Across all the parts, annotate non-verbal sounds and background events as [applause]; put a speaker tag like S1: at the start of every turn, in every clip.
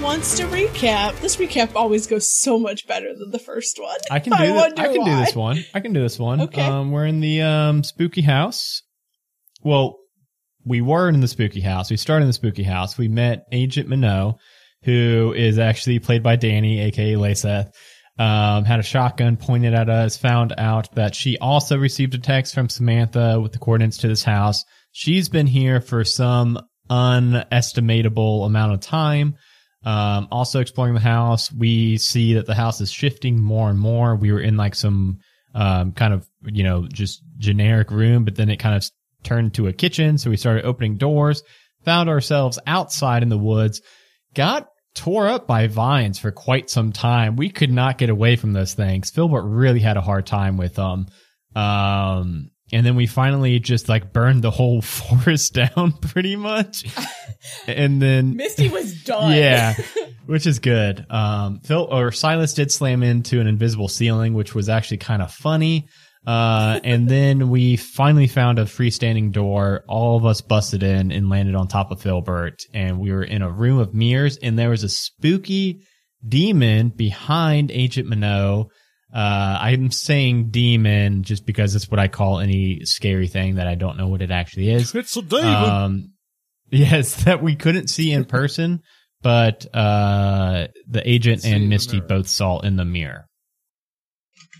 S1: wants to recap. This recap always goes so much better than the first one.
S2: I can do.
S1: [laughs] I
S2: thi-
S1: wonder
S2: I can do
S1: why.
S2: this one. I can do this one.
S1: Okay.
S2: Um, we're in the um spooky house. Well, we were in the spooky house. We started in the spooky house. We met Agent Minot, who is actually played by Danny, aka Layseth. Um, had a shotgun pointed at us. Found out that she also received a text from Samantha with the coordinates to this house. She's been here for some unestimatable amount of time. Um, also exploring the house, we see that the house is shifting more and more. We were in like some um, kind of you know just generic room, but then it kind of turned to a kitchen. So we started opening doors, found ourselves outside in the woods, got tore up by vines for quite some time. We could not get away from those things. Philbert really had a hard time with them. Um, and then we finally just like burned the whole [laughs] forest down [laughs] pretty much. and then
S1: Misty was done.
S2: yeah, which is good. Um, Phil or Silas did slam into an invisible ceiling, which was actually kind of funny. Uh, and then we finally found a freestanding door. All of us busted in and landed on top of Philbert, and we were in a room of mirrors, and there was a spooky demon behind Agent Minot. Uh, I'm saying demon just because it's what I call any scary thing that I don't know what it actually is.
S3: It's a demon.
S2: Um, yes, [laughs] that we couldn't see in person, but uh, the agent
S4: See in
S2: and
S4: the
S2: Misty
S4: mirror.
S2: both saw in the mirror.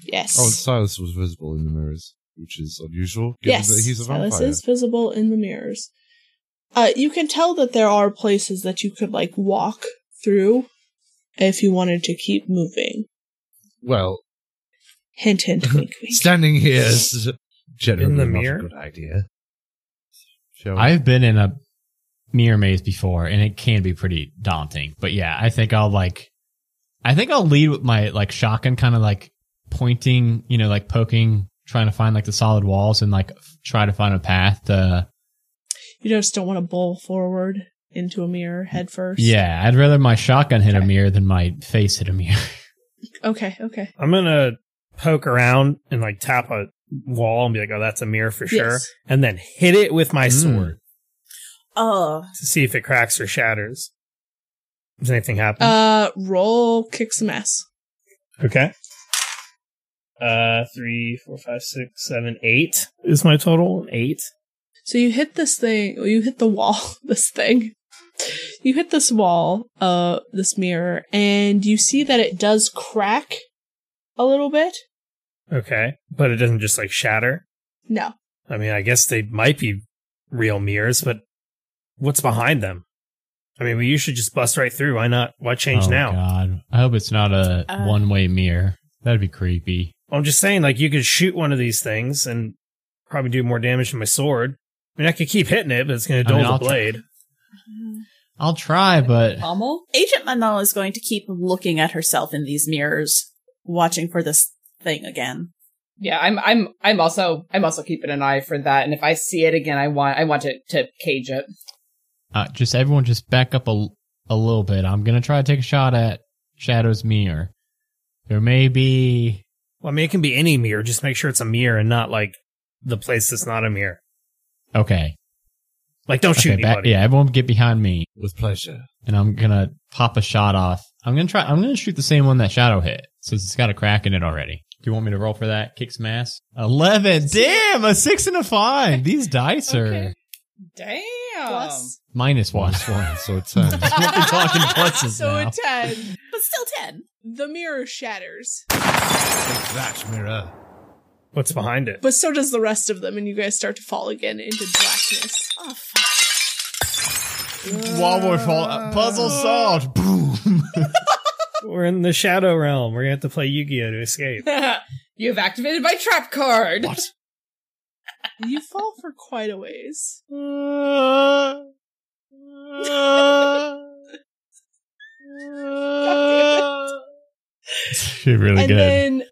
S1: Yes.
S4: Oh, and Silas was visible in the mirrors, which is unusual. Given
S1: yes.
S4: that he's a
S1: Silas
S4: vampire.
S1: is visible in the mirrors. Uh, you can tell that there are places that you could like walk through if you wanted to keep moving.
S4: Well,
S1: Hint,
S2: [laughs]
S1: hint, wink, wink.
S4: standing here is generally
S3: In the
S4: not
S3: mirror?
S4: a good idea. Shall we?
S2: I've been in a mirror maze before, and it can be pretty daunting. But yeah, I think I'll like, I think I'll lead with my like shotgun, kind of like pointing, you know, like poking, trying to find like the solid walls, and like f- try to find a path to
S1: You just don't want to bowl forward into a mirror head first.
S2: Yeah, I'd rather my shotgun hit a
S1: Okay.
S2: mirror than my face hit a mirror.
S1: Okay. Okay.
S3: I'm gonna poke around and like tap a wall and be like, "Oh, that's a mirror for sure,"
S1: Yes.
S3: and then hit it with my
S2: Mm.
S3: sword
S1: Uh.
S3: to see if it cracks or shatters. Does anything happen?
S1: Uh. Roll. Kick some ass.
S3: okay. Uh, three, four, five, six, seven, eight is my total. Eight.
S1: So you hit this thing, you hit the wall, [laughs] this thing. You hit this wall, uh, this mirror, and you see that it does crack a little bit.
S3: Okay, but it doesn't just like shatter.
S1: No.
S3: I mean, I guess they might be real mirrors, but what's behind them? I mean, we should just bust right through. Why not? Why change
S2: oh,
S3: now?
S2: God, I hope it's not a
S1: Uh.
S2: one-way mirror. That'd be creepy.
S3: I'm just saying, like, you could shoot one of these things and probably do more damage than my sword. I mean, I could keep hitting it, but it's going to dull
S2: mean, I'll
S3: the
S2: try-
S3: blade.
S2: I'll try, but
S5: Pommel? Uh-huh. Agent Manal is going to keep looking at herself in these mirrors, watching for this thing again.
S6: Yeah, I'm I'm I'm also I'm also keeping an eye for that and if I see it again I want I want to to cage it.
S2: uh, just everyone just back up a, a little bit. I'm gonna try to take a shot at Shadow's mirror. There may be
S3: Well, I mean, it can be any mirror. Just make sure it's a mirror and not like the place that's not a mirror.
S2: okay.
S3: Like, don't shoot
S2: okay, back,
S3: anybody.
S2: yeah, everyone get behind me,
S4: with pleasure.
S2: and I'm gonna pop a shot off. I'm gonna try. I'm gonna shoot the same one that Shadow hit, since it's got a crack in it already. Do you want me to roll for that? Kick some ass. Eleven. Damn, a six and a five. These dice are
S6: Okay. Damn.
S5: Plus-
S2: minus one.
S4: Minus one, so ten.
S2: Oh. [laughs] We'll be talking pluses
S1: so
S2: now.
S1: a ten.
S5: But still 10.
S1: The mirror shatters,
S4: Take that mirror.
S3: What's behind it?
S1: but so does the rest of them, and you guys start to fall again into blackness.
S5: Oh, fuck.
S2: While we're fall- uh, puzzle
S3: Uh,
S2: solved. Boom.
S3: We're in the shadow realm. We're going to have to play Yu Gi Oh! to escape.
S6: [laughs] you have activated my trap card.
S2: What?
S1: You fall for quite a ways.
S2: She really
S1: and
S2: good.
S1: then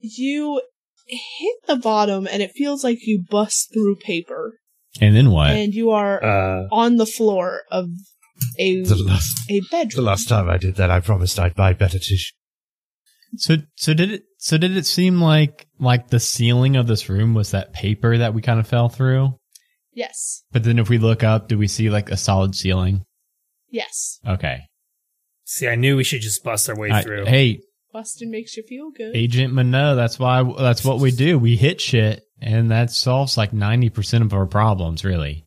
S1: you hit the bottom, and it feels like you bust through paper,
S2: and then what?
S1: and you are
S3: Uh,
S1: on the floor of a
S4: [laughs] The last,
S1: a
S4: the
S1: bedroom.
S4: last time I did that, I promised I'd buy better tissue.
S2: so so did it so did it seem like like the ceiling of this room was that paper that we kind of fell through?
S1: Yes.
S2: But then if we look up, do we see like a solid ceiling?
S1: Yes.
S2: Okay.
S3: See, I knew we should just bust our way
S2: I-
S3: through.
S2: hey,
S1: Busting makes you feel good.
S2: Agent Minot, that's why that's what we do. We hit shit, and that solves like ninety percent of our problems, really.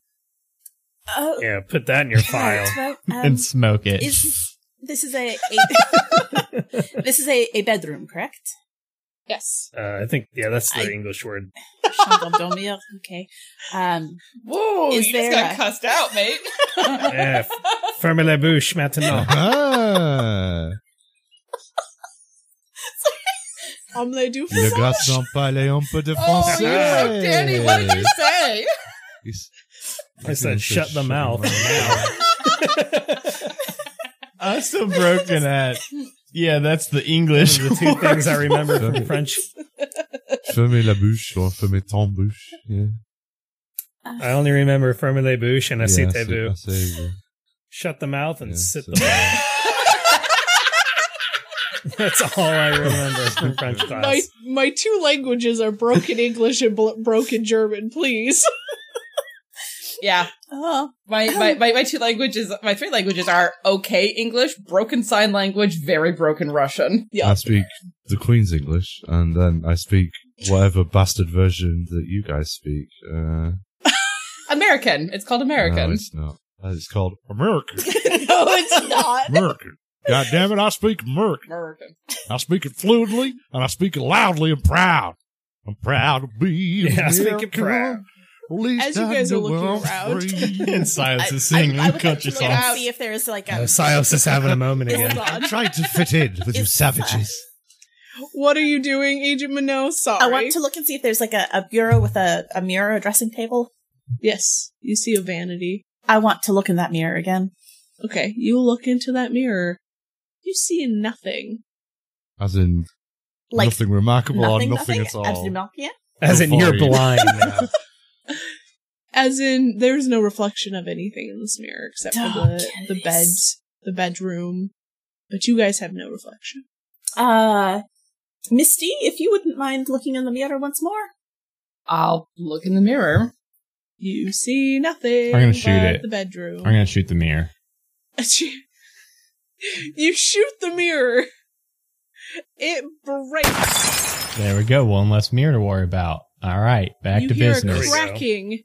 S5: Oh,
S3: Yeah, put that
S5: [laughs]
S3: in your file.
S4: [laughs]
S5: that's right. Um,
S2: and smoke it.
S5: is this is a, a- [laughs] this is a, a bedroom, correct?
S1: Yes.
S3: Uh, I think yeah, that's the
S5: I-
S3: English
S5: [laughs]
S3: word.
S5: Chambre dormir. Okay. Um,
S6: Whoa,
S5: Is
S6: you
S5: there
S6: just got
S5: a-
S6: cussed out, mate.
S3: Yeah, f- ferme la bouche maintenant.
S2: [laughs]
S4: Ah,
S1: Homme les deux
S4: [laughs] le garçon parlait un peu de
S6: Oh, you
S4: français.
S6: broke Danny. What did you say? [laughs]
S4: He's-
S3: I said, shut the
S4: your
S3: mouth now.
S2: I'm so broken at. Yeah, that's the English. [laughs]
S3: the two things I remember
S4: Okay.
S3: from French.
S4: Fermez la bouche or fermez ton bouche. Yeah.
S3: I only remember ferme la bouche and
S4: Yeah,
S3: I see
S4: c'est-
S3: taboo.
S4: c'est-
S3: [laughs]
S4: yeah.
S3: Shut the mouth and
S4: Yeah,
S3: sit
S4: so-
S3: the mouth. [laughs] That's all I remember from French class.
S1: My my two languages are broken English and bl- broken German. Please. [laughs]
S6: yeah.
S5: oh,
S6: My, my, my, my two languages, my three languages are okay English, broken sign language, very broken Russian.
S1: Yeah.
S4: I speak the Queen's English, and then I speak whatever bastard version that you guys speak. Uh,
S6: American. It's called
S4: No,
S6: American.
S4: it's not. That is called American.
S1: no,
S5: [laughs]
S1: it's not.
S4: American. God damn it, I speak American.
S6: American.
S4: I speak it fluidly, and I speak it loudly and proud. I'm proud to be
S3: Yeah, I
S4: American.
S3: speak it proud.
S4: At least
S1: As you
S4: I
S1: guys are
S4: know
S1: looking
S4: I'm
S1: around.
S4: free.
S1: [laughs]
S2: in silence
S5: I-
S2: is singing
S5: I, I would like
S2: country
S5: to look
S2: songs.
S5: out see if there is like
S3: Uh,
S5: a
S3: Silas is having a moment
S5: [laughs] Is
S3: again.
S5: that-
S4: I'm trying to fit in with you
S5: It's-
S4: savages.
S1: What are you doing, Agent Minot? Sorry.
S5: I want to look and see if there's like a, a bureau with a, a mirror, a dressing table.
S1: Yes, you see a vanity.
S5: I want to look in that mirror again.
S1: Okay, you look into that mirror. You see nothing.
S4: As in,
S5: Like
S4: nothing remarkable
S5: nothing,
S4: or nothing, at all.
S5: Absolutely not. Yeah.
S3: As in, you're
S4: Before you-
S3: blind now.
S1: As in, there's no reflection of anything in this mirror except for the,
S5: Dark
S1: the bed, the bedroom. But you guys have no reflection.
S5: Uh, Misty, if you wouldn't mind looking in the mirror once more.
S6: I'll look in the mirror.
S1: You see nothing.
S2: I'm gonna shoot
S1: but
S2: it.
S1: The bedroom.
S2: I'm gonna shoot the mirror.
S1: [laughs] you shoot the mirror. It breaks.
S2: There we go. One less mirror to worry about. All right, back
S1: you
S2: to
S1: hear
S2: business.
S1: a
S3: There we go.
S1: cracking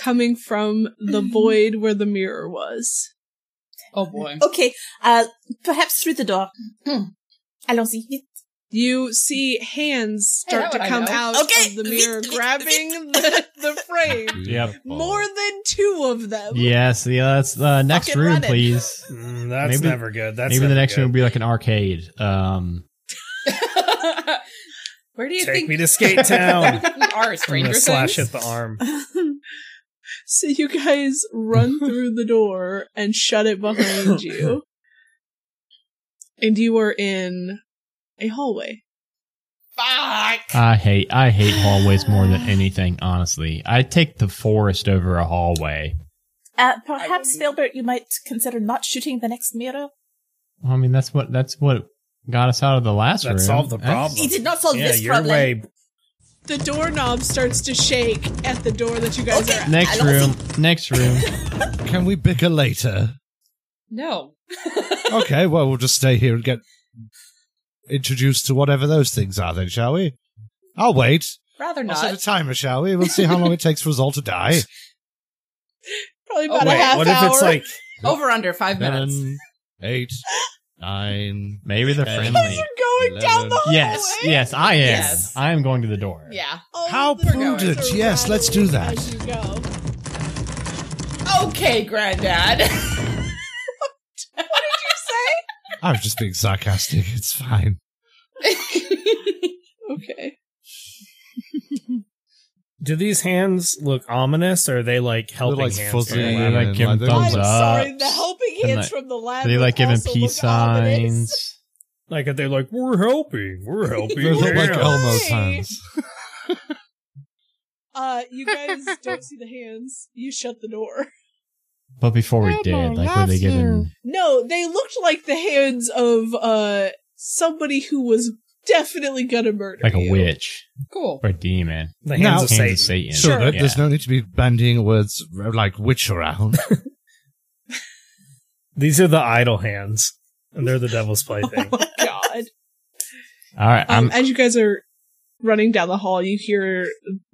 S1: coming from the void where the mirror was.
S6: Oh
S5: [laughs]
S6: boy.
S5: Okay. Uh, perhaps through the door. Allons-y.
S1: You see hands
S6: Hey,
S1: start to
S6: that one I
S1: come
S6: know.
S1: out
S5: Okay.
S6: [laughs]
S1: of the mirror, grabbing the, the frame.
S2: Yep.
S1: More
S4: Oh.
S1: than two of them.
S2: Yes, yeah, that's uh, next
S5: Fucking
S2: room,
S5: run it.
S2: please.
S3: Mm, that's
S2: Maybe-
S3: never good. That's
S2: Maybe the
S3: never
S2: next
S3: good.
S2: room will be like an arcade. Um,
S6: Where do you
S3: Take
S6: think
S3: me
S1: [laughs]
S3: to
S6: [laughs]
S3: Skate Town.
S6: you are,
S3: I'm
S6: Stranger
S3: gonna
S6: Things?
S3: slash at the arm.
S1: So you guys
S4: [laughs]
S1: run through the door and shut it behind you. And you are in a hallway.
S3: Uh,
S6: Fuck!
S2: I hate I hate hallways more than anything. Honestly, I take the forest over a hallway.
S5: Uh,
S6: I
S5: perhaps,
S6: wouldn't.
S5: Filbert, you might consider not shooting the next mirror.
S2: Well, I mean, that's what that's what got us out of the last
S3: That
S2: room.
S3: solved the
S2: That's-
S3: problem. He did
S5: not solve
S3: yeah, your way.
S1: The doorknob starts to shake at the door that you guys are at.
S2: Next
S5: I
S2: room. Next room.
S4: Can we bicker later?
S6: No.
S4: okay, well, we'll just stay here and get introduced to whatever those things are, then, shall we? I'll wait.
S6: Rather
S4: I'll set a
S6: not.
S4: timer, shall we? We'll see how long it takes for us all to die.
S1: Probably
S6: Oh,
S1: about a
S3: Wait,
S1: half
S3: what
S1: hour.
S3: if it's like
S6: Over under five minutes.
S4: Seven, eight, nine.
S2: Maybe they're
S4: Okay.
S2: friendly.
S1: You're going down the hallway.
S2: Yes, yes, I am.
S6: Yes.
S2: I am going to the door.
S6: Yeah.
S1: All
S4: How
S1: of the doors
S4: prudent.
S1: are
S4: Yes, let's do
S1: rattling
S4: that.
S1: As you go.
S6: Okay, granddad. [laughs]
S4: I was just being sarcastic.
S2: [laughs]
S4: It's fine.
S1: Okay.
S3: Do these hands look ominous, or are they like helping
S4: like,
S3: hands?
S4: fuzzy
S3: Or
S2: Yeah,
S3: whatever?
S2: they like give
S4: Like,
S2: them
S4: I'm
S2: thumbs
S1: I'm
S2: up.
S1: sorry. The helping
S2: And
S1: hands
S2: like-
S1: from the lab.
S2: Are they like giving
S1: also look
S2: peace
S1: ominous.
S2: signs?
S3: Like if they're like, we're helping, we're helping.
S4: They look like
S3: yeah."
S4: Elmo's
S1: Why?
S4: hands.
S1: [laughs] Uh, you guys don't see the hands. You shut the door.
S2: But before
S6: Oh
S2: we did, like, were they giving?
S1: No, they looked like the hands of uh somebody who was definitely gonna murder
S2: like a
S1: you.
S2: witch
S6: cool.
S2: or a demon.
S3: the
S4: Now-
S3: hands of
S2: Hands
S3: Satan.
S2: of Satan.
S4: So
S1: Sure.
S4: that there's
S2: Yeah.
S4: no need to be bandying words like witch around.
S3: These are the idle hands. and they're the devil's plaything.
S1: Oh my god.
S2: All right,
S1: Um,
S2: I'm
S1: as you guys are running down the hall, you hear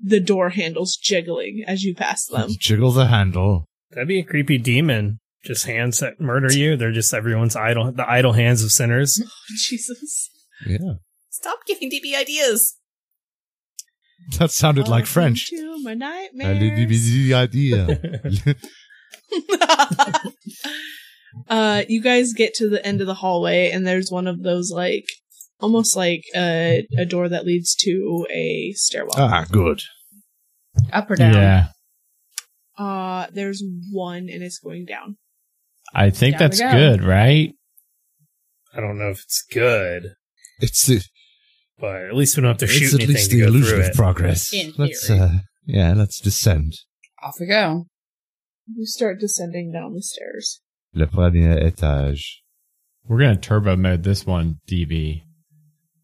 S1: the door handles jiggling as you pass
S2: [laughs]
S1: them.
S4: Jiggle the handle.
S3: That'd be a creepy demon. Just hands that murder you. They're just everyone's idle, the idle hands of sinners.
S1: Jesus.
S4: Yeah.
S5: Stop giving DB ideas.
S4: That sounded like
S1: Welcome
S4: French.
S1: To Oh, my
S4: I didn't even
S1: nightmares.
S4: see the idea.
S1: [laughs] uh, you guys get to the end of the hallway, and there's one of those like almost like a, a door that leads to a stairwell.
S4: ah, good.
S6: Up or down?
S2: yeah. Ah.
S1: Uh, there's one, and it's going down.
S2: I think
S6: Down we
S2: that's
S6: go.
S2: good, right?
S3: I don't know if it's good,
S4: It's the
S3: but at least we don't have to shoot
S4: it's at
S3: anything
S4: least
S3: to
S4: the
S3: go
S4: illusion
S3: through
S4: of
S3: it.
S4: progress.
S6: In
S4: let's
S6: theory.
S4: uh, yeah, let's descend.
S6: Off we go.
S1: You start descending down the stairs.
S4: Le premier étage.
S2: We're gonna turbo mode this one, DB.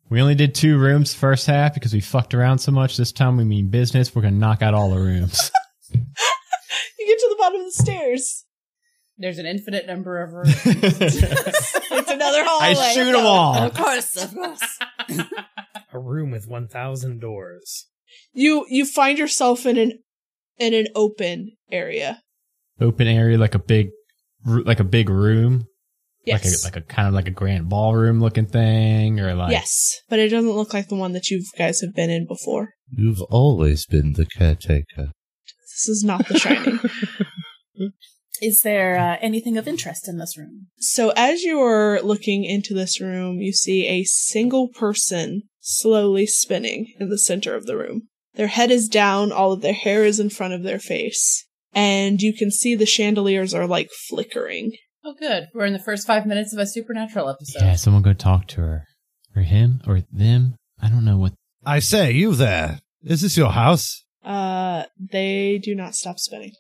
S2: We only did two rooms first half because we fucked around so much. This time we mean business. We're gonna knock out all the [laughs]
S6: [laughs]
S2: rooms.
S1: You get to the bottom of the stairs.
S6: There's an infinite number of rooms.
S3: [laughs]
S5: It's another hallway.
S2: [laughs]
S6: Oh
S2: I shoot 'em all.
S5: Of course, of course.
S3: A room with one thousand doors.
S1: You you find yourself in an in an open area.
S2: Open area, like a big, ru- like a big room,
S1: Yes.
S2: like a like a kind of like a grand ballroom looking thing, or like
S1: yes, but it doesn't look like the one that you guys have been in before.
S4: You've always been the caretaker.
S1: This is not The Shining.
S5: Is there uh, anything of interest in this room?
S1: so as you're looking into this room, you see a single person slowly spinning in the center of the room. Their head is down, all of their hair is in front of their face, and you can see the chandeliers are like flickering.
S6: oh, good. We're in the first five minutes of a supernatural episode.
S2: yeah. Someone go talk to her, or him, or them. I don't know what.
S4: I say, you there. Is this your house?
S1: Uh, they do not stop spinning.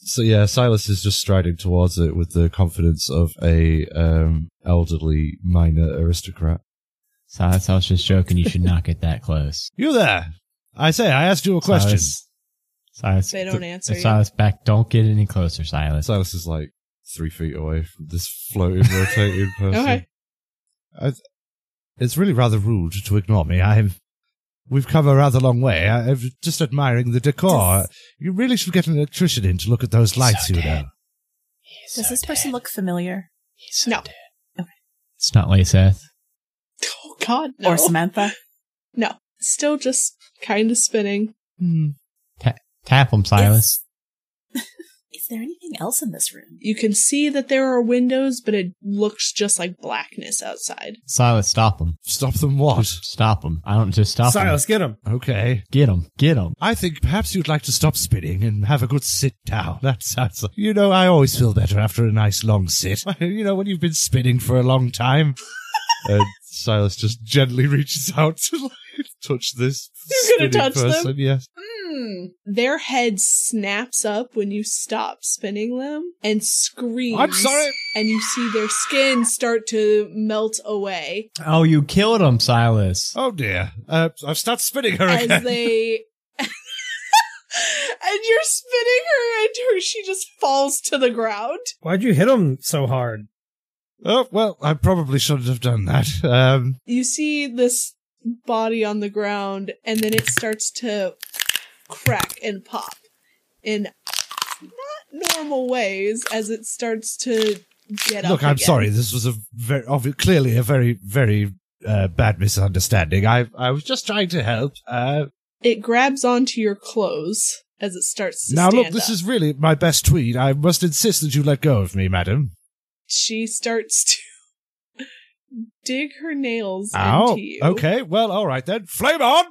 S4: So yeah, Silas is just striding towards it with the confidence of a um, elderly minor aristocrat.
S2: Silas, I was just joking. You should not get that close.
S4: You there? I say, I asked you a question. Silas,
S2: Silas,
S1: [laughs]
S2: Silas
S1: They don't answer you.
S2: Silas, back. Don't get any closer, Silas.
S4: is like three feet away from this floating, rotating person.
S1: Okay.
S4: I th- it's really rather rude to ignore me. I'm. We've come a rather long way. I, I'm just admiring the decor. You really should get an electrician in to look at those lights,
S2: So
S4: you know.
S2: dead.
S5: Does this person look familiar?
S1: No.
S2: It's not Laceth.
S1: Oh God, no.
S5: Or Samantha?
S1: No, still just kind of spinning.
S2: Tap him, Silas.
S5: [laughs] Is, is there anything else in this room?
S1: You can see that there are windows, but it looks just like blackness outside.
S2: Silas, stop him.
S4: Stop them, what?
S2: Just stop him. I don't just stop
S3: Silas,
S2: him.
S3: get him.
S4: Okay.
S2: Get him. Get him.
S4: I think perhaps you'd like to stop spinning and have a good sit down. [laughs] That sounds like, you know, I always feel better after a nice long sit. [laughs] You know, when you've been spinning for a long time. [laughs] and Silas just gently reaches out to like, [laughs] touch this
S1: You're gonna
S4: spinning
S1: touch them?
S4: person. Yes.
S6: Hmm.
S1: Their head snaps up when you stop spinning them and screams.
S4: I'm sorry.
S1: And you see their skin start to melt away
S2: Oh, you killed him, Silas.
S4: Oh dear. Uh, I've started spinning her
S1: as
S4: again.
S1: they. [laughs] and you're spinning her, and her, she just falls to the ground.
S3: Why'd you hit him so hard?
S4: Oh, well, I probably shouldn't have done that. Um,
S1: you see this body on the ground and then it starts to crack and pop in not normal ways as it starts to get up
S4: look, I'm
S1: again.
S4: sorry. This was a very, obvi- clearly a very, very uh, bad misunderstanding. I, I was just trying to help. Uh,
S1: it grabs onto your clothes as it starts to
S4: now, look,
S1: stand
S4: this
S1: up.
S4: is really my best tweet. I must insist that you let go of me, madam.
S1: she starts to [laughs] dig her nails
S4: Ow.
S1: into you [laughs]
S4: Okay. Well, all right then. Flame on.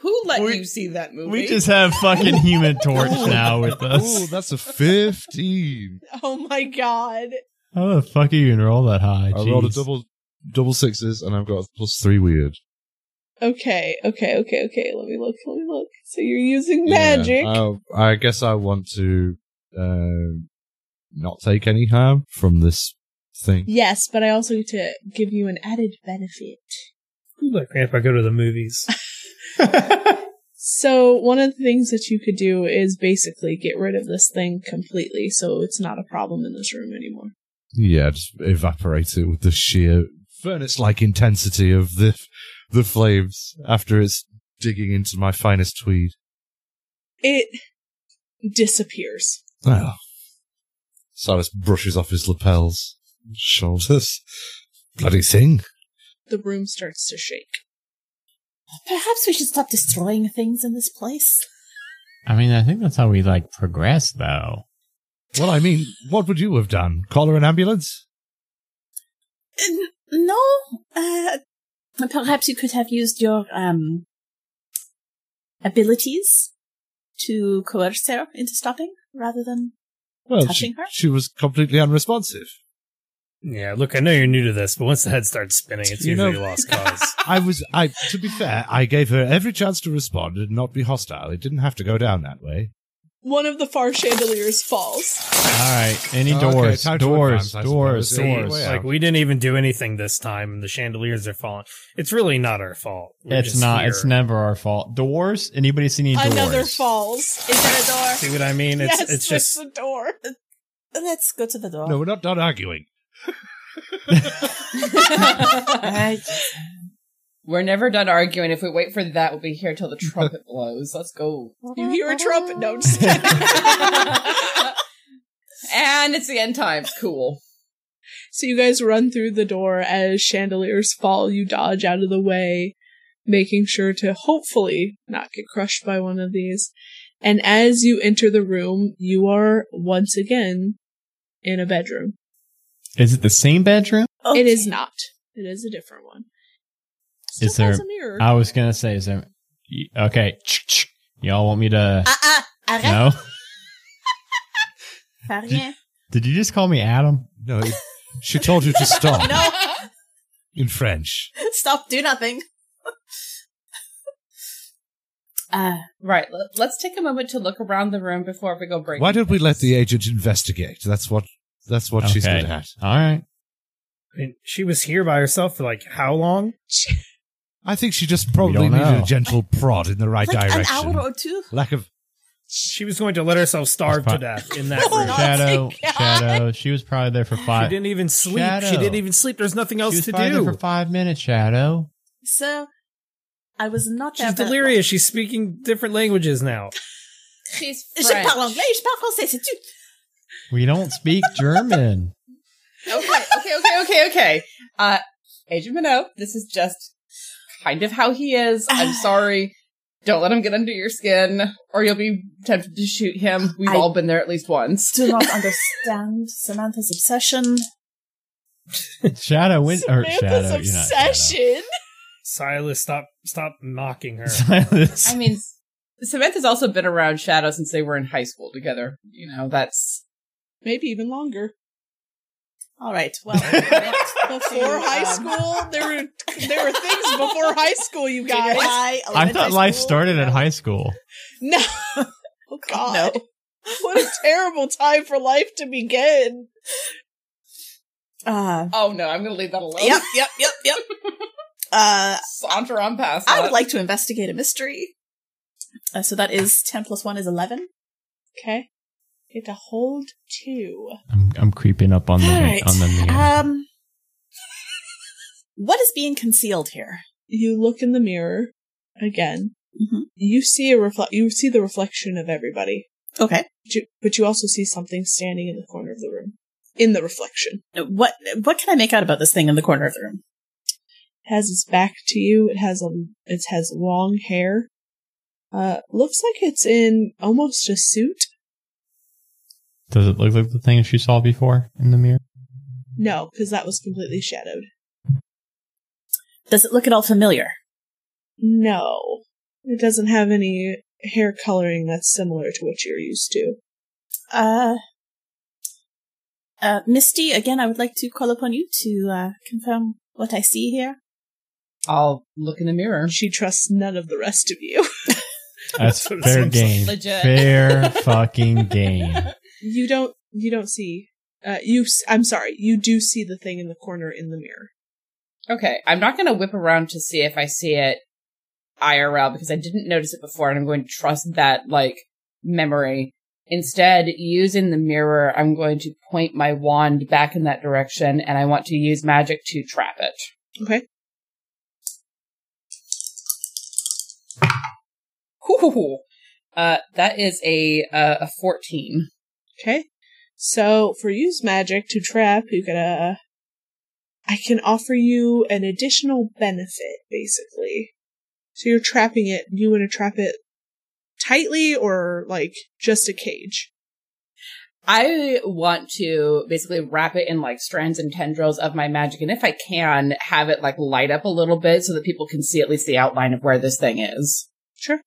S6: Who let
S2: We-
S6: you see that movie?
S2: We just have fucking human torch now with
S4: Oh,
S2: us.
S4: [laughs] that's a 15.
S1: [laughs] oh my god
S2: How the fuck are you gonna roll that high?
S4: I rolled a
S2: Jeez.
S4: double, double sixes, and I've got a plus three weird.
S1: okay okay okay okay let me look let me look so you're using
S4: Yeah, uh,
S1: magic
S4: I, I guess I want to um, not take any harm from this thing.
S1: Yes, but I also get to give you an added benefit.
S3: Who let Grandpa go to the movies?
S1: So one of the things that you could do is basically get rid of this thing completely so it's not a problem in this room anymore.
S4: Yeah, just evaporates it with the sheer furnace-like intensity of the the flames after it's digging into my finest tweed.
S1: It disappears.
S4: Oh. Silas brushes off his lapels, shoulders. Bloody thing.
S1: The room starts to shake.
S5: Perhaps we should stop destroying things in this place.
S2: I mean, I think that's how we like progress, though.
S4: Well, I mean, what would you have done? Call her an ambulance?
S5: N- no. Uh, perhaps you could have used your um abilities to coerce her into stopping rather than
S4: Well,
S5: Touching
S4: she,
S5: her?
S4: she was completely unresponsive.
S3: Yeah, look, I know you're new to this, but once the head starts spinning, it's
S4: You know-
S3: usually lost cause.
S4: I was, I, to be fair, I gave her every chance to respond and not be hostile. It didn't have to go down that way.
S1: One of the far chandeliers falls.
S2: All right. Any
S4: Okay,
S2: doors?
S4: time to
S2: doors?
S4: advance, I
S2: doors?
S4: suppose.
S3: See,
S2: Doors?
S4: Way
S3: like
S4: out.
S3: we didn't even do anything this time, and the chandeliers are falling. It's really not our fault. We're
S2: It's
S3: just
S2: not.
S3: here.
S2: It's never our fault. Doors? Anybody seen any doors?
S1: Another falls.
S5: Is there a door?
S3: See what I mean? It's
S1: yes,
S3: it's just
S1: the door.
S5: Let's go to the door.
S4: No, we're not done arguing.
S6: [laughs]
S3: [laughs]
S5: I-
S6: We're never done arguing. If we wait for that, we'll be here till the trumpet blows. Let's go.
S1: You hear a trumpet. No, I'm just
S3: [laughs]
S1: kidding.
S6: and it's the end times. Cool.
S1: So you guys run through the door as chandeliers fall. You dodge out of the way, making sure to hopefully not get crushed by one of these. And as you enter the room, you are once again in a bedroom.
S2: Is it the same bedroom?
S5: Oh.
S1: It is
S5: Okay.
S1: not. It is a different one.
S2: Is
S1: Still has
S2: there-
S1: a mirror?
S2: I was gonna say. Is there? y- Okay. Y'all want me
S5: [laughs]
S2: to?
S5: Ah, ah, arrête,
S2: No.
S5: pas rien.
S2: Did you just call me Adam?
S4: No, it, she told you to
S5: [laughs]
S4: stop in French.
S5: Stop, do nothing. uh,
S6: Right. let- Let's take a moment to look around the room before we go break.
S4: Why don't we let the agent investigate? That's what, that's what she's
S2: Okay.
S4: good at.
S2: All right.
S3: I mean, she was here by herself for like how long?
S4: I think she just probably
S2: don't
S4: needed
S2: know.
S4: a gentle prod in the right
S5: like
S4: direction.
S5: an hour or two?
S4: Lack of
S3: She was going to let herself starve
S2: That's fine.
S3: to death in
S1: [laughs]
S3: that
S5: Oh,
S3: room.
S5: no.
S2: Shadow.
S5: God.
S2: Shadow. She was probably there for
S3: She
S2: five.
S3: didn't even sleep. She
S2: Shadow.
S3: didn't even sleep. There's nothing
S2: she
S3: else
S2: was
S3: to
S2: probably there
S3: do.
S2: for five minutes. Shadow.
S5: So, I was not there.
S3: She's
S5: very
S3: delirious. She's speaking different languages now.
S6: She's
S5: long. Je
S6: French.
S5: parle anglais, je parle français, c'est tout.
S2: We don't speak German.
S6: okay, okay, okay, okay, okay. Uh, Agent Minot, this is just kind of how he is. I'm sorry. Don't let him get under your skin, or you'll be tempted to shoot him. We've
S5: I-
S6: all been there at least once.
S5: Do not understand Samantha's obsession.
S2: Shadow. When, or Shadow. You're not [laughs] Shadow.
S1: obsession.
S3: Silas, stop stop mocking
S2: [laughs]
S3: her.
S2: Silence.
S6: I mean, S- Samantha's also been around Shadow since they were in high school together. You know, that's
S1: Maybe even longer.
S5: All right, well,
S1: Before high
S5: Um,
S1: school, there [laughs] were there were things before high school. [laughs] You
S5: junior
S1: guys.
S5: high,
S2: I thought
S5: elementary
S2: life
S5: school,
S2: started
S5: you
S2: at
S5: know.
S2: high school.
S1: No. Oh
S5: God,
S1: God. What a terrible time for life to begin.
S5: Uh,
S6: oh no, I'm gonna leave that alone.
S5: yep, yep, yep, yep. Uh,
S6: [laughs] Saunter on past.
S5: I
S6: that.
S5: would like to investigate a mystery. Uh, so that is 10 plus 1 is 11.
S1: Okay. Get to hold two.
S2: I'm, I'm creeping up on the
S5: Alright.
S2: on the mirror.
S5: Um, [laughs] what is being concealed here?
S1: You look in the mirror again.
S5: Mhm.
S1: You see a reflect. You see the reflection of everybody,
S5: Okay.
S1: but you, but you also see something standing in the corner of the room. In the reflection,
S5: What what can I make out about this thing in the corner of the room?
S1: it has its back to you. It has a. It has long hair. Uh, looks like it's in almost a suit.
S2: Does it look like the thing she saw before in the mirror?
S1: No, because that was completely shadowed.
S5: Does it look at all familiar?
S1: No, it doesn't have any hair coloring that's similar to what you're used to.
S5: Uh, uh, Misty, again, I would like to call upon you to uh, confirm what I see here.
S6: I'll look in the mirror.
S1: She trusts none of the rest of you. [laughs]
S2: That's
S3: That's what it
S2: fair
S3: seems
S2: game.
S6: like. Legit.
S2: Fair fucking game.
S1: You don't. You don't see. Uh, you. s- I'm sorry. You do see the thing in the corner in the mirror.
S6: Okay, I'm not gonna whip around to see if I see it IRL because I didn't notice it before and I'm going to trust that like memory. Instead, using the mirror, I'm going to point my wand back in that direction and I want to use magic to trap it.
S1: Okay.
S6: Ooh. Uh, that is a uh, a 14.
S1: Okay. So for use magic to trap, you get a. I can offer you an additional benefit, basically. So you're trapping it. You want to trap it tightly or like just a cage?
S6: I want to basically wrap it in like strands and tendrils of my magic, and if I can, have it like light up a little bit so that people can see at least the outline of where this thing is.
S1: Sure.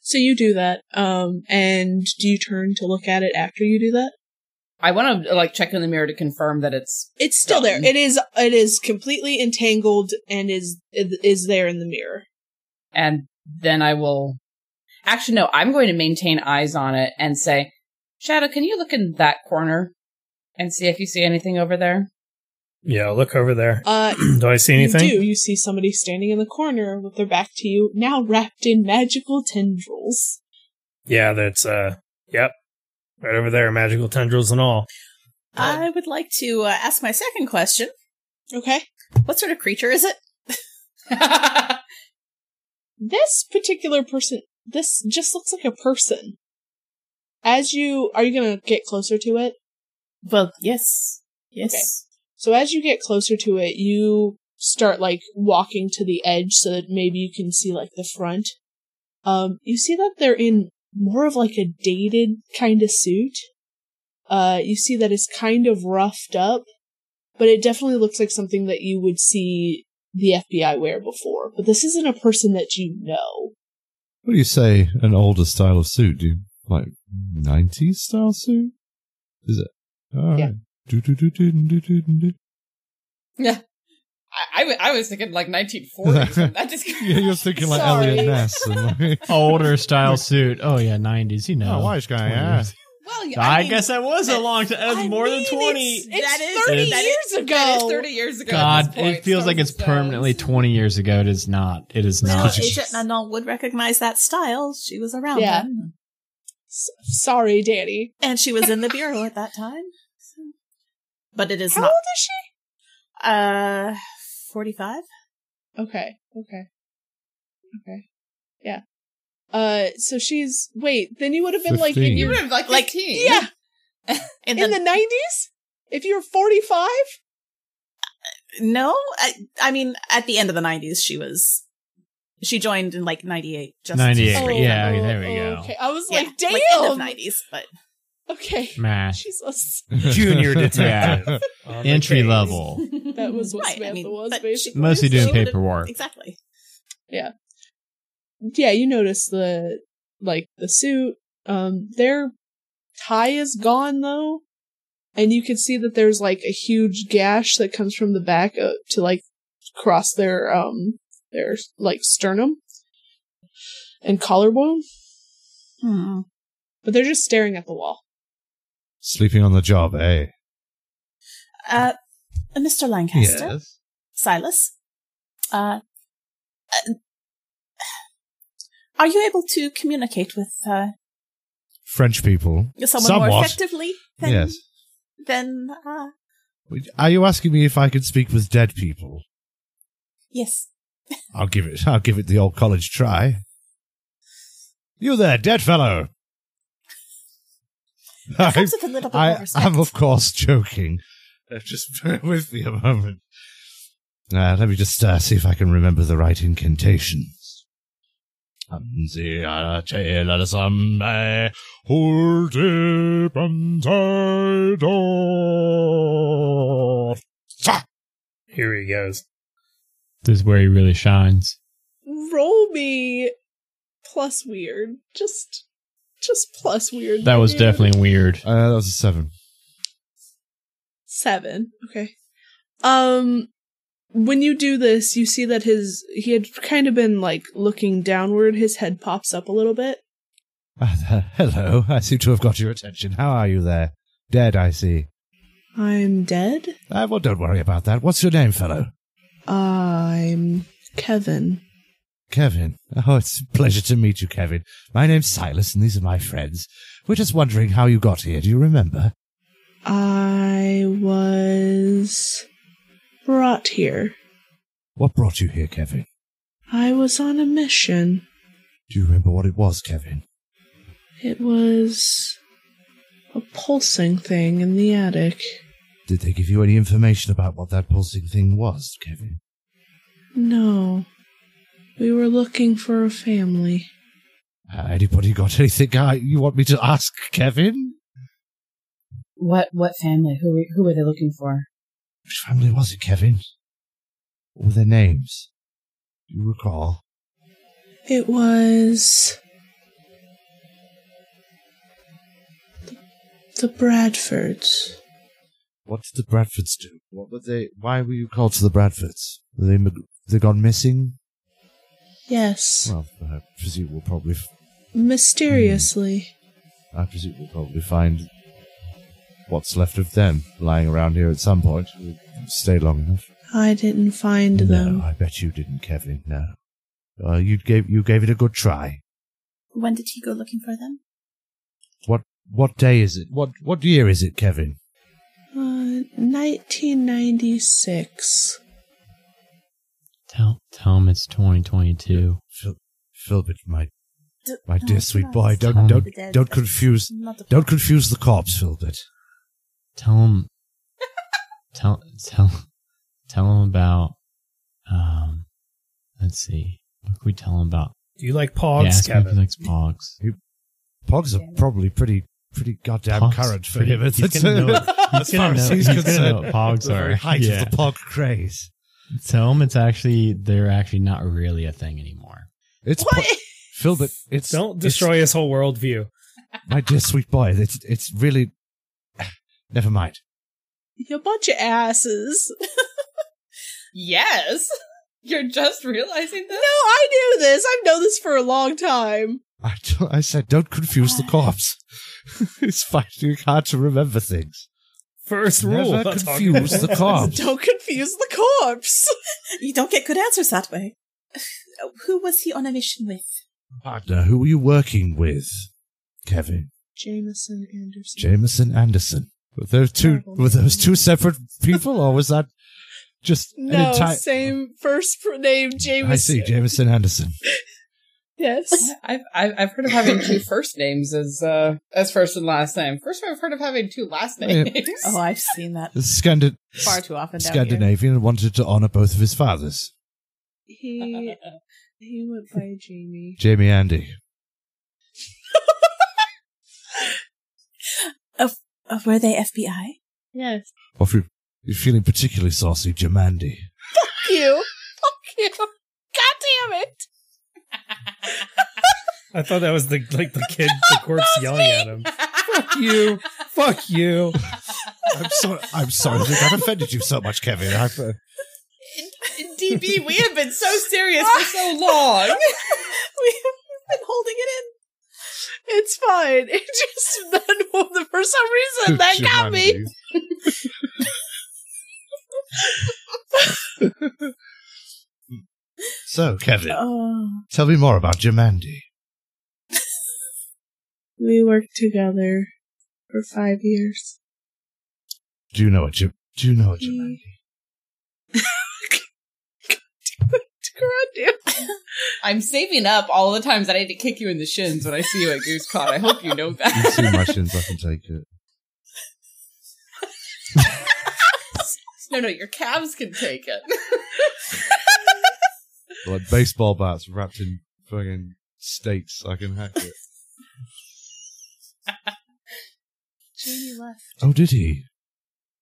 S1: So you do that. Um, and do you turn to look at it after you do that?
S6: I want to like check in the mirror to confirm that it's
S1: It's still there.
S6: Done.
S1: It is. It is completely entangled and is it is there in the mirror.
S6: and then I will. Actually, no, I'm going to maintain eyes on it and say, Shadow, can you look in that corner and see if you see anything over there?
S3: Yeah, look over there.
S1: Uh,
S3: [clears throat] do I see anything?
S1: You do. You see somebody standing in the corner with their back to you, now wrapped in magical tendrils.
S3: Yeah, that's uh, yep, right over there, magical tendrils and all.
S5: I would like to uh, ask my second question.
S1: Okay.
S5: What sort of creature is it?
S1: This particular person, this just looks like a person. As you, are you gonna get closer to it?
S5: Well, yes. Yes.
S1: So as you get closer to it, you start like walking to the edge so that maybe you can see like the front. Um, you see that they're in more of like a dated kind of suit. Uh, you see that it's kind of roughed up, but it definitely looks like something that you would see the FBI wear before. But this isn't a person that you know.
S4: What do you say? An older style of suit? Do you like nineties style suit? Is it? All
S6: Yeah.
S4: right. Do, do, do, do, do, do, do.
S6: I, I, wa- I was thinking
S2: [laughs]
S6: like 1940s. but that just
S4: Yeah, you're thinking like
S6: Sorry.
S4: Elliot Ness. And [laughs] like,
S2: Older style suit. Oh yeah, nineties. You know,
S4: Oh, wise guy,
S2: 20
S4: yeah.
S2: years.
S5: Well, yeah,
S2: I, guess that was a long time. That was
S5: I
S2: more
S5: mean,
S2: than twenty.
S5: it's-
S1: It's
S5: That is-
S1: 30
S5: that is-
S1: years ago.
S6: [laughs] That is 30 years ago. at
S2: God,
S6: this point.
S2: it feels
S6: Stars
S2: like
S6: and
S2: it's
S6: Stones.
S2: permanently twenty years ago. It is not. It is
S5: Well,
S2: not.
S5: Agent Manon would recognize that style. She was around
S1: Yeah.
S5: then.
S1: S- sorry, Danny.
S5: And she was in the bureau at that time. So- But it is
S1: How
S5: not.
S1: old is she?
S5: Uh, 45?
S1: Okay. Okay. Okay. Yeah. Uh, so she's wait. Then you would have been like in
S4: 15.
S6: You
S1: your
S6: would have like,
S5: Like,
S6: 15.
S1: yeah
S5: And
S1: in the nineties. If you're 45,
S5: no, I, I mean, at the end of the 90s, she was. She joined in like 98. Just
S2: 98,
S5: just-
S2: yeah, there we go.
S1: Okay, I was
S5: Oh, Yeah,
S1: like, damn.
S5: Like end of 90s, but.
S1: okay, [laughs]
S2: Mash. [laughs]
S1: Jesus,
S3: Junior detective.
S2: Entry
S6: [laughs]
S2: level.
S4: [laughs]
S1: that was what
S5: Right, I
S1: Samantha
S5: mean,
S1: was
S5: but she-
S1: basically.
S2: Mostly doing
S5: She would've-
S2: paperwork.
S5: Exactly.
S1: yeah, you notice the like the suit. Um, their tie is gone though, and you can see that there's like a huge gash that comes from the back uh, to like cross their um their like sternum and collarbone.
S5: Hmm.
S1: But they're just staring at the wall.
S4: Sleeping on the job, eh?
S5: Uh, Mr. Lancaster, Silas, uh, uh, are you able to communicate with uh,
S4: French people.
S5: someone more
S4: Somewhat.
S5: effectively than
S4: yes.
S5: than uh,
S4: Are you asking me if I can speak with dead people?
S5: yes.
S4: I'll give it. I'll give it the old college try. You there, dead
S6: [laughs]
S4: fellow?
S5: That comes with a little bit more
S4: I
S5: respect.
S4: am, of course, joking. [laughs] Uh, Just bear with me a moment. Uh, let me just uh, see if I can remember the right Uh, incantations. Hansi alla Tele Samme, Hulte Banzai Dor.
S3: Here he goes.
S2: This is where he really shines.
S1: Roll me plus weird. Just just plus weird.
S2: That was
S1: dude.
S2: definitely weird.
S4: Uh, that was a seven.
S1: Seven. Okay. Um, when you do this, you see that his he had kind of been like looking downward. His head pops up a little bit.
S4: Ah, hello, I seem to have got your attention. How are you there? Dead, I see.
S1: I'm dead.
S4: Uh, well, don't worry about that. What's your name, fellow?
S1: I'm Kevin.
S4: Kevin. Oh, it's a pleasure to meet you, Kevin. My name's Silas, and these are my friends. We're just wondering how you got here. Do you remember?
S1: I was brought here.
S4: What brought you here, Kevin?
S1: I was on a mission.
S4: Do you remember what it was, Kevin?
S1: It was a pulsing thing in the attic.
S4: Did they give you any information about what that pulsing thing was, Kevin?
S1: No. We were looking for a family.
S4: Uh, anybody got [laughs] anything I, you want me to ask, Kevin?
S6: What what family? Who were, who were they looking for?
S4: Which family was it, Kevin? What were their names? Do you recall?
S1: It was the, the Bradfords.
S4: What did the Bradfords do? What were they? Why were you called to the Bradfords? Were they mig- they gone missing?
S1: Yes.
S4: Well, I presume we'll probably f-
S1: Mysteriously.
S4: I presume we'll probably find what's left of them lying around here at some point. We'll stay long enough.
S1: I didn't find
S4: No,
S1: them.
S4: I bet you didn't, Kevin. No, uh, you gave you gave it a good try.
S5: When did he go looking for them?
S4: What what day is it? What what year is it, Kevin?
S1: Uh, 1996.
S2: Tell, tell him it's 2022.
S4: Phil, Philbert, my
S5: D-
S4: my
S5: no,
S4: dear
S5: it's
S4: sweet
S5: not.
S4: boy,
S5: It's
S4: don't
S2: not
S4: don't
S5: the dead.
S4: don't
S5: That's
S4: confuse
S5: not the
S4: don't
S5: point.
S4: confuse the corpse, Philbert.
S2: Tell him, tell, tell, tell him about, um, let's see. What can we tell him about?
S3: Do you like pogs,
S2: yeah, ask him if
S3: Kevin?
S2: he likes pogs.
S4: [laughs] Pogs are probably pretty pretty goddamn
S2: Pogs,
S4: current for
S2: pretty-
S4: him.
S2: he's
S4: It's-
S2: gonna know
S4: [laughs]
S2: it.
S4: as
S2: gonna
S4: far as
S2: know- he's
S4: he's
S2: gonna
S4: concerned,
S2: know what pogs
S4: the very
S2: are.
S4: height
S2: Yeah.
S4: of the pog craze.
S2: Tell him it's actually, they're actually not really a thing anymore.
S4: It's po- Philbert. It's
S3: Don't
S4: it's-
S3: destroy his whole worldview.
S4: my dear sweet boy. It's it's really. [sighs] Never mind.
S1: You bunch of asses. [laughs]
S6: Yes. You're just realizing
S1: No,
S6: this?
S1: I knew this. I've known this for a long time.
S4: I, t- I said, don't confuse the corpse. [laughs] it's fighting hard to remember things.
S3: First rule.
S4: Never
S3: that's all.
S4: confuse the
S1: [laughs]
S4: corpse.
S1: Don't confuse the corpse.
S5: [laughs]
S1: [laughs]
S5: You don't get good answers that way. [sighs] Who was he on a mission with?
S4: Partner, who were you working with? Kevin.
S1: Jameson Anderson.
S4: Jameson Anderson. Were those two,
S1: Terrible.
S4: were those two separate people, or was that just an
S1: no,
S4: entire-
S1: same first pr- name, Jameson.
S4: I see, Jameson Anderson.
S1: Yes.
S6: I've, I've I've heard of having two [laughs] first names as uh as first and last name. First time I've heard of having two last
S4: Yeah.
S6: names. [laughs]
S5: Oh, I've seen that
S4: Scandi-
S5: far too often. Down here.
S4: Scandinavian and wanted to honor both of his fathers.
S1: [laughs] [laughs] He he went by Jamie.
S4: Jamie Andy.
S5: Uh, were they FBI?
S1: Yes.
S4: Or if you- you're feeling particularly saucy, Jamandy.
S1: You. Fuck you. God damn it.
S3: [laughs] I thought that was the like the kid,
S5: [laughs]
S3: the corpse yelling at him. Fuck you! Fuck you!
S4: [laughs] I'm sorry, I'm sorry that that offended you so much, Kevin. I, uh,
S6: DB, we have been so serious for so [laughs] long.
S5: We've been holding it in.
S1: It's fine. [laughs] It just that, for some reason that got me.
S4: so, Kevin,
S5: [laughs] Oh.
S4: tell me more about Jamandi.
S1: We worked together for five years.
S4: Do you know what Jim? Do you know what
S1: Mm.
S4: Jamandi?
S6: [laughs] I'm saving up all the times that I had to kick you in the shins when I see you at Goose Cod. I hope you know
S4: You see
S6: that. [laughs]
S4: my shins, I can take it.
S6: no, no, your calves can take it.
S4: Like baseball bats wrapped in fucking stakes, I can hack it.
S5: Jamie left.
S4: Oh, did he?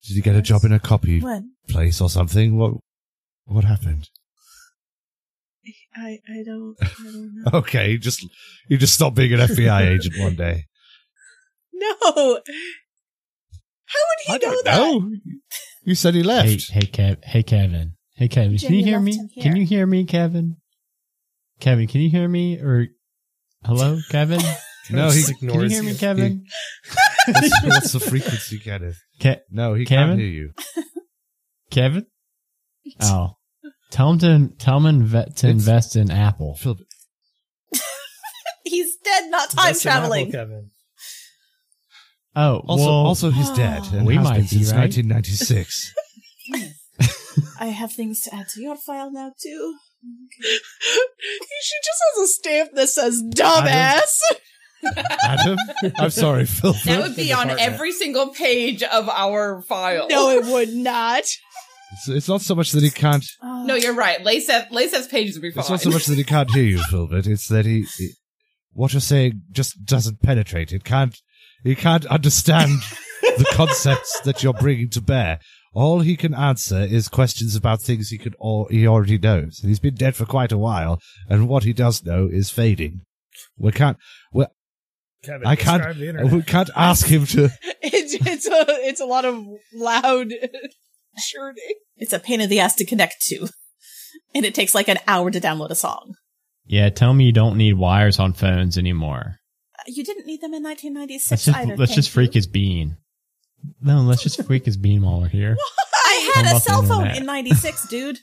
S4: Did he get a job in a copy
S5: When?
S4: place or something? What? What happened?
S1: I I don't I don't
S4: [laughs]
S1: know.
S4: Okay, you just you just stopped being an FBI agent one day.
S1: No. How would he
S4: I
S1: know
S4: don't
S1: that?
S4: know. You said he left.
S2: Hey, hey, Kev, hey, Kevin. Hey, Kevin. Can
S5: Jimmy
S2: you hear
S5: left
S2: me?
S5: him here.
S2: Can you hear me, Kevin? Kevin, can you hear me? Or hello,
S4: [laughs]
S2: Kevin?
S4: [laughs] No,
S3: Just
S4: he-
S2: Can you
S3: ignores
S2: hear me,
S3: you.
S2: Kevin?
S4: [laughs] What's, what's the frequency, Kenneth?
S2: Ke-
S4: No, he
S2: Kevin?
S4: can't hear you.
S2: Kevin? Oh, Tell him to tell him inve- to
S4: It's-
S2: invest in Apple.
S4: Philip,
S5: He's dead, not time
S3: That's an apple,
S5: traveling.
S3: Kevin.
S2: Oh,
S4: also,
S2: well,
S4: also [gasps] he's dead and
S2: We
S4: has
S2: might
S4: been
S2: be,
S4: since
S2: right? [laughs]
S4: 1996.
S5: I have things to add to your file now
S1: [laughs]
S5: too.
S1: she just has a stamp that says
S4: I
S1: dumbass.
S4: Adam, I'm sorry, Phil.
S6: That would be on every single page of our file.
S1: [laughs] No, it would not.
S4: It's, it's not so much that he can't.
S5: Oh.
S6: No, you're right. Laceth, Laceth's pages would be fine.
S4: It's not so much that he can't hear you, Philbert. It's that he, he- what you're saying just doesn't penetrate. It can't. He can't understand the concepts that you're bringing to bear. All he can answer is questions about things he could all he already knows. And he's been dead for quite a while, and what he does know is fading. We can't.
S3: Kevin,
S4: I can't-
S3: describe the internet.
S4: We can't ask him to.
S1: It, [laughs] it's a it's a lot of loud [laughs] churning.
S5: It's a pain in the ass to connect to. And it takes like an hour to download a song.
S2: yeah. Tell me you don't need wires on phones anymore.
S5: Uh, You didn't need them in 1996
S2: Let's just
S5: either.
S2: let's
S5: thank
S2: just freak
S5: you.
S2: his bean. No, let's just freak his bean while we're here.
S5: I had
S2: How
S5: a
S2: about
S5: cell
S2: the
S5: phone
S2: internet?
S5: in 96, dude.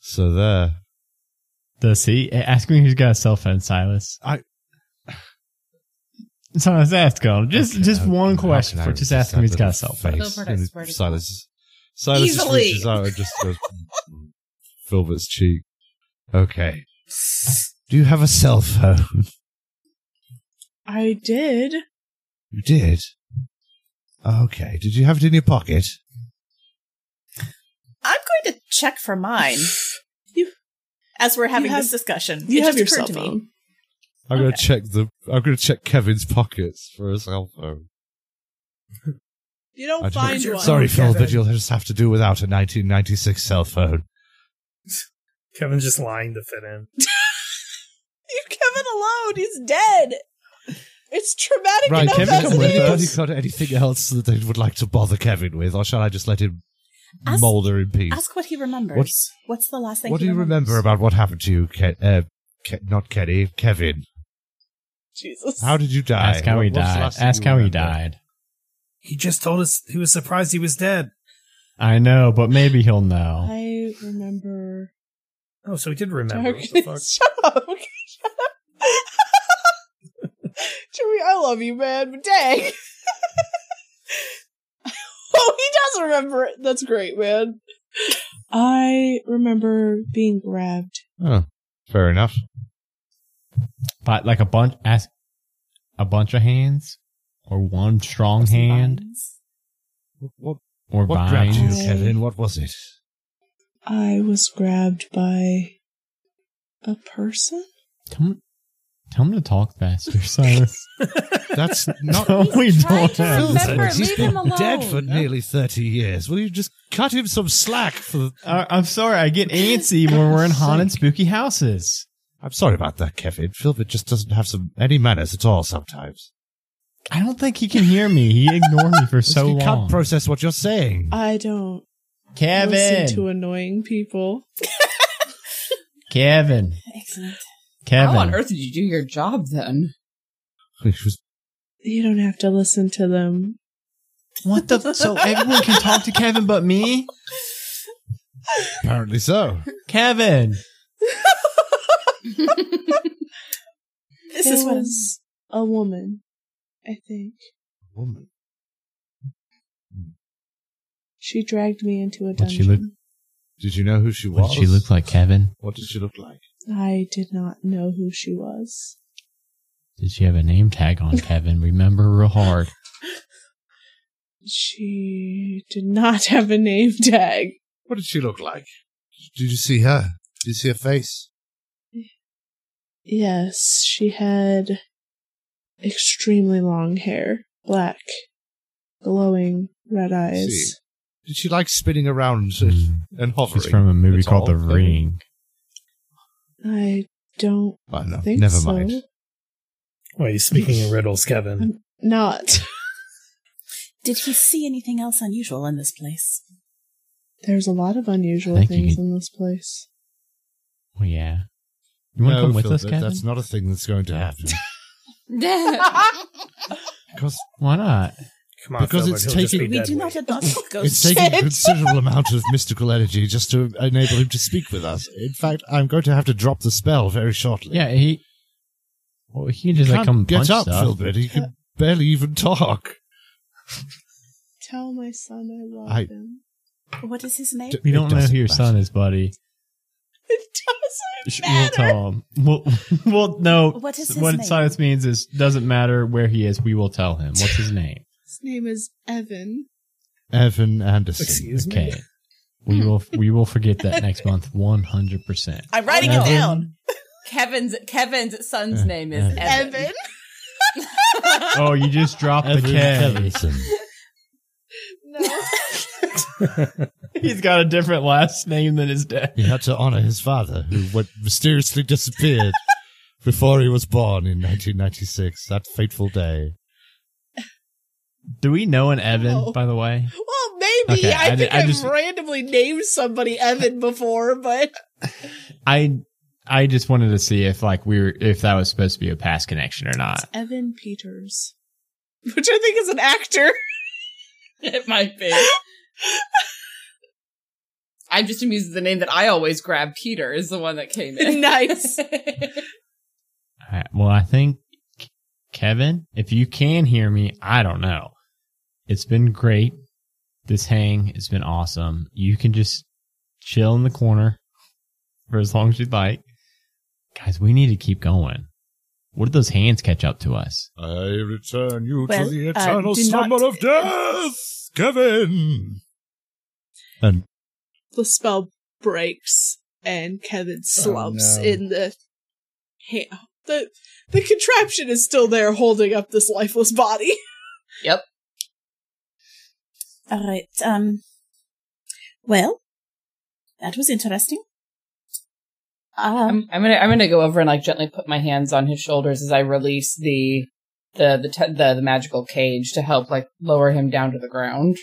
S4: So there.
S2: Does he? Ask me who's got a cell phone, Silas.
S4: I-
S2: Silas, ask him. Just
S4: Okay,
S2: just
S4: how-
S2: one
S4: how
S2: question.
S4: can I
S2: For, just
S4: resist
S2: ask him
S4: that
S2: who's got a
S4: little
S2: cell phone.
S4: face?
S6: Philbert, I
S4: And
S6: swear to
S4: Silas, just- Silas just
S6: Easily.
S4: reaches out and just goes [laughs] Philbert's cheek. Okay. Do you have a cell phone? [laughs]
S1: I did.
S4: You did. Okay. Did you have it in your pocket?
S5: I'm going to check for mine.
S1: [laughs] You-
S5: as we're having
S1: have-
S5: this discussion.
S1: You
S5: it
S1: have your
S5: just
S1: cell
S5: occurred to me.
S1: phone.
S4: I'm gonna check the. I'm gonna check Kevin's pockets for a cell phone.
S1: You don't
S4: I don't-
S1: find one.
S4: Sorry, Phil, but
S3: Kevin.
S4: you'll just have to do without a 1996 cell phone.
S3: Kevin's just lying to fit in.
S1: Leave Kevin alone. He's dead. It's traumatic
S4: Right,
S1: enough
S2: Kevin,
S1: as
S4: Kevin,
S1: it
S2: come with
S1: is.
S4: anybody got anything else that they would like to bother Kevin with, or shall I just let him
S5: Ask-
S4: moulder in peace?
S5: Ask what he remembers. What's the last thing
S4: what
S5: he
S4: do you
S5: remembers?
S4: remember about what happened to you, Ke- uh, Ke- not Kenny, Kevin?
S1: Jesus.
S5: [laughs]
S4: How did you die?
S2: Ask how he
S4: What- what's the
S2: died.
S4: last thing
S2: Ask
S4: you
S2: how he
S4: remember?
S2: died.
S3: He just told us he was surprised he was dead.
S2: I know, but maybe he'll know.
S1: I remember.
S3: Oh, so he did remember. What the
S1: Shut
S3: fuck?
S1: up. Okay, shut up. Jimmy, I love you, man, but dang. [laughs] oh, he does remember it. That's great, man. I remember being grabbed.
S4: Oh, fair enough.
S2: But like a bunch, ask a bunch of hands, or one strong
S5: Some
S2: hand,
S5: vines.
S4: What, what,
S2: or
S4: what grabbed you,
S2: vines.
S1: Vines.
S4: Kevin? What was it?
S1: I was grabbed by a person.
S2: Tell him, tell him to talk faster, [laughs] Silas.
S4: That's [laughs] not.
S2: Tell him we
S7: trying
S2: don't
S7: to
S2: have
S7: remember.
S2: this.
S7: Leave
S4: he's been
S7: him alone.
S4: dead for nearly thirty years. Will you just cut him some slack? For the-
S2: I, I'm sorry, I get antsy when we're in haunted, spooky houses.
S4: I'm sorry about that, Kevin. Philbert just doesn't have some any manners at all sometimes.
S2: I don't think he can hear me. He ignored me for so
S4: he
S2: long.
S4: can't process what you're saying.
S1: I don't
S2: Kevin,
S1: listen to annoying people.
S2: Kevin,
S5: Excellent.
S2: Kevin.
S6: How on earth did you do your job [laughs] then?
S4: He was
S1: You don't have to listen to them.
S2: What the? So everyone can talk to Kevin but me?
S4: apparently so.
S7: [laughs]
S2: Kevin.
S5: This
S1: There
S5: is what
S1: was a woman, I think.
S4: Woman.
S1: She dragged me into a
S2: What'd
S1: dungeon.
S2: she look-
S4: Did you know who she
S2: What
S4: was?
S2: does she look like, Kevin?
S4: What did she look like?
S1: I did not know who she was.
S2: Did she have a name tag on Kevin? Remember real hard.
S1: She did not [laughs] have a name tag.
S4: What did she look like? Did you see her? Did you see her face?
S1: Yes, she had extremely long hair, black, glowing red eyes.
S4: Did she like spinning around
S2: Hmm.
S4: and hovering?
S2: It's from a movie
S4: That's
S2: called
S4: all.
S2: The Ring.
S1: I don't
S4: I know.
S1: think
S4: Never
S1: so.
S4: mind.
S3: Why are you speaking in riddles, Kevin?
S5: [laughs]
S1: Not. [laughs]
S5: Did he see anything else unusual in this place?
S1: There's a lot of unusual
S2: Thank you.
S1: things in this place.
S2: Well, yeah. You want to
S4: No,
S2: come with
S4: Phil,
S2: us,
S4: that-
S2: Kevin?
S4: That's not
S2: [laughs]
S4: a [laughs] thing that's going to happen.
S7: Dead.
S4: Because
S2: Why not?
S3: Come on,
S4: Because
S3: Filbert,
S4: it's
S3: he'll just
S4: taking-
S3: be
S5: We
S3: dead
S5: do
S3: weight.
S4: [laughs]
S5: not adopt
S4: It's
S5: ghost
S4: taking a
S5: Oh, shit.
S4: considerable amount of mystical energy just to enable him to speak with us. In fact, I'm going to have to drop the spell very shortly.
S2: Yeah, he. Well, he can just
S4: He
S2: like
S4: can't
S2: come
S4: get
S2: punch
S4: up,
S2: stuff.
S4: Filbert. He can barely even talk.
S1: Tell my son I love
S4: I-
S1: him.
S5: What is his name?
S2: We
S4: It
S2: don't know
S4: doesn't
S2: who your
S4: matter.
S2: son is, buddy.
S1: It doesn't
S2: We'll
S1: matter.
S2: tell him. We'll, [laughs] we'll no.
S5: What is his
S2: what
S5: name?
S2: science means is doesn't matter where he is. We will tell him. What's his name?
S1: His name is Evan.
S4: Evan Anderson.
S3: Excuse me.
S2: Okay.
S5: Hmm.
S2: We will we will forget that next month one hundred percent.
S5: I'm writing it
S4: Evan.
S5: down.
S6: Kevin's Kevin's son's
S4: Uh,
S6: name is
S4: uh,
S6: Evan.
S2: Oh, you just dropped the
S4: Evan
S2: K.
S4: Anderson.
S1: No. [laughs]
S2: [laughs] He's got a different last name than his dad.
S4: He had to honor his father, who went mysteriously disappeared before he was born in 1996. That fateful day.
S2: Do we know an Evan,
S1: Oh.
S2: by the way?
S1: Well, maybe.
S2: Okay,
S1: I,
S2: I
S1: think
S2: di- I
S1: I have
S2: just-
S1: randomly named somebody Evan before,
S2: [laughs]
S1: but
S2: I I just wanted to see if like we were if that was supposed to be a past connection or not.
S1: Evan Peters, which I think is an actor. [laughs]
S6: It might be. I'm just amused at the name that I always grab. Peter is the one that came [laughs] in.
S1: nice.
S2: All right, well, I think Kevin, if you can hear me, I don't know. It's been great. This hang has been awesome. You can just chill in the corner for as long as you'd like. Guys, we need to keep going. What did those hands catch up to us?
S4: I return you
S5: Well,
S4: to the
S5: uh,
S4: eternal
S5: do
S4: slumber
S5: not-
S4: of death, Kevin. And
S1: The spell breaks, and Kevin slumps
S3: no.
S1: in the. Hey, the the contraption is still there, holding up this lifeless body. [laughs]
S5: All right. Um. Well, that was interesting. Um.
S6: I'm, I'm gonna I'm gonna go over and like gently put my hands on his shoulders as I release the the the te- the, the magical cage to help like lower him down to the ground.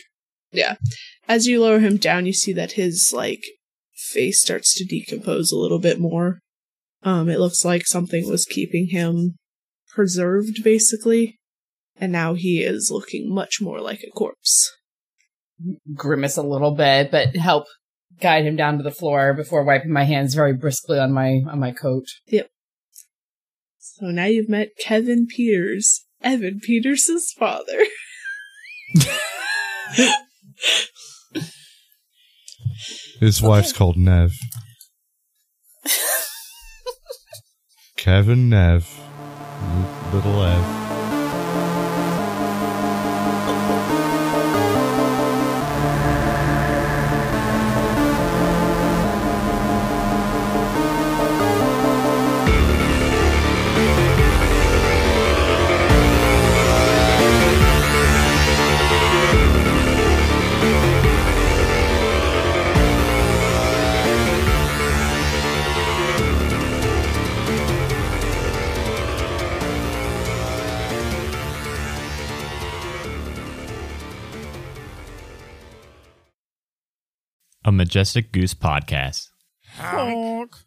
S1: As you lower him down, you see that his like face starts to decompose a little bit more. Um, it looks like something was keeping him preserved, basically, and now he is looking much more like a corpse.
S6: Grimace a little bit, but help guide him down to the floor before wiping my hands very briskly on my on my coat.
S1: So now you've met Kevin Peters, Evan Peters' father. [laughs]
S4: his wife's called
S5: [laughs]
S4: Nev. Kevin Nev. Little Ev.
S2: A Majestic Goose podcast.
S5: Honk.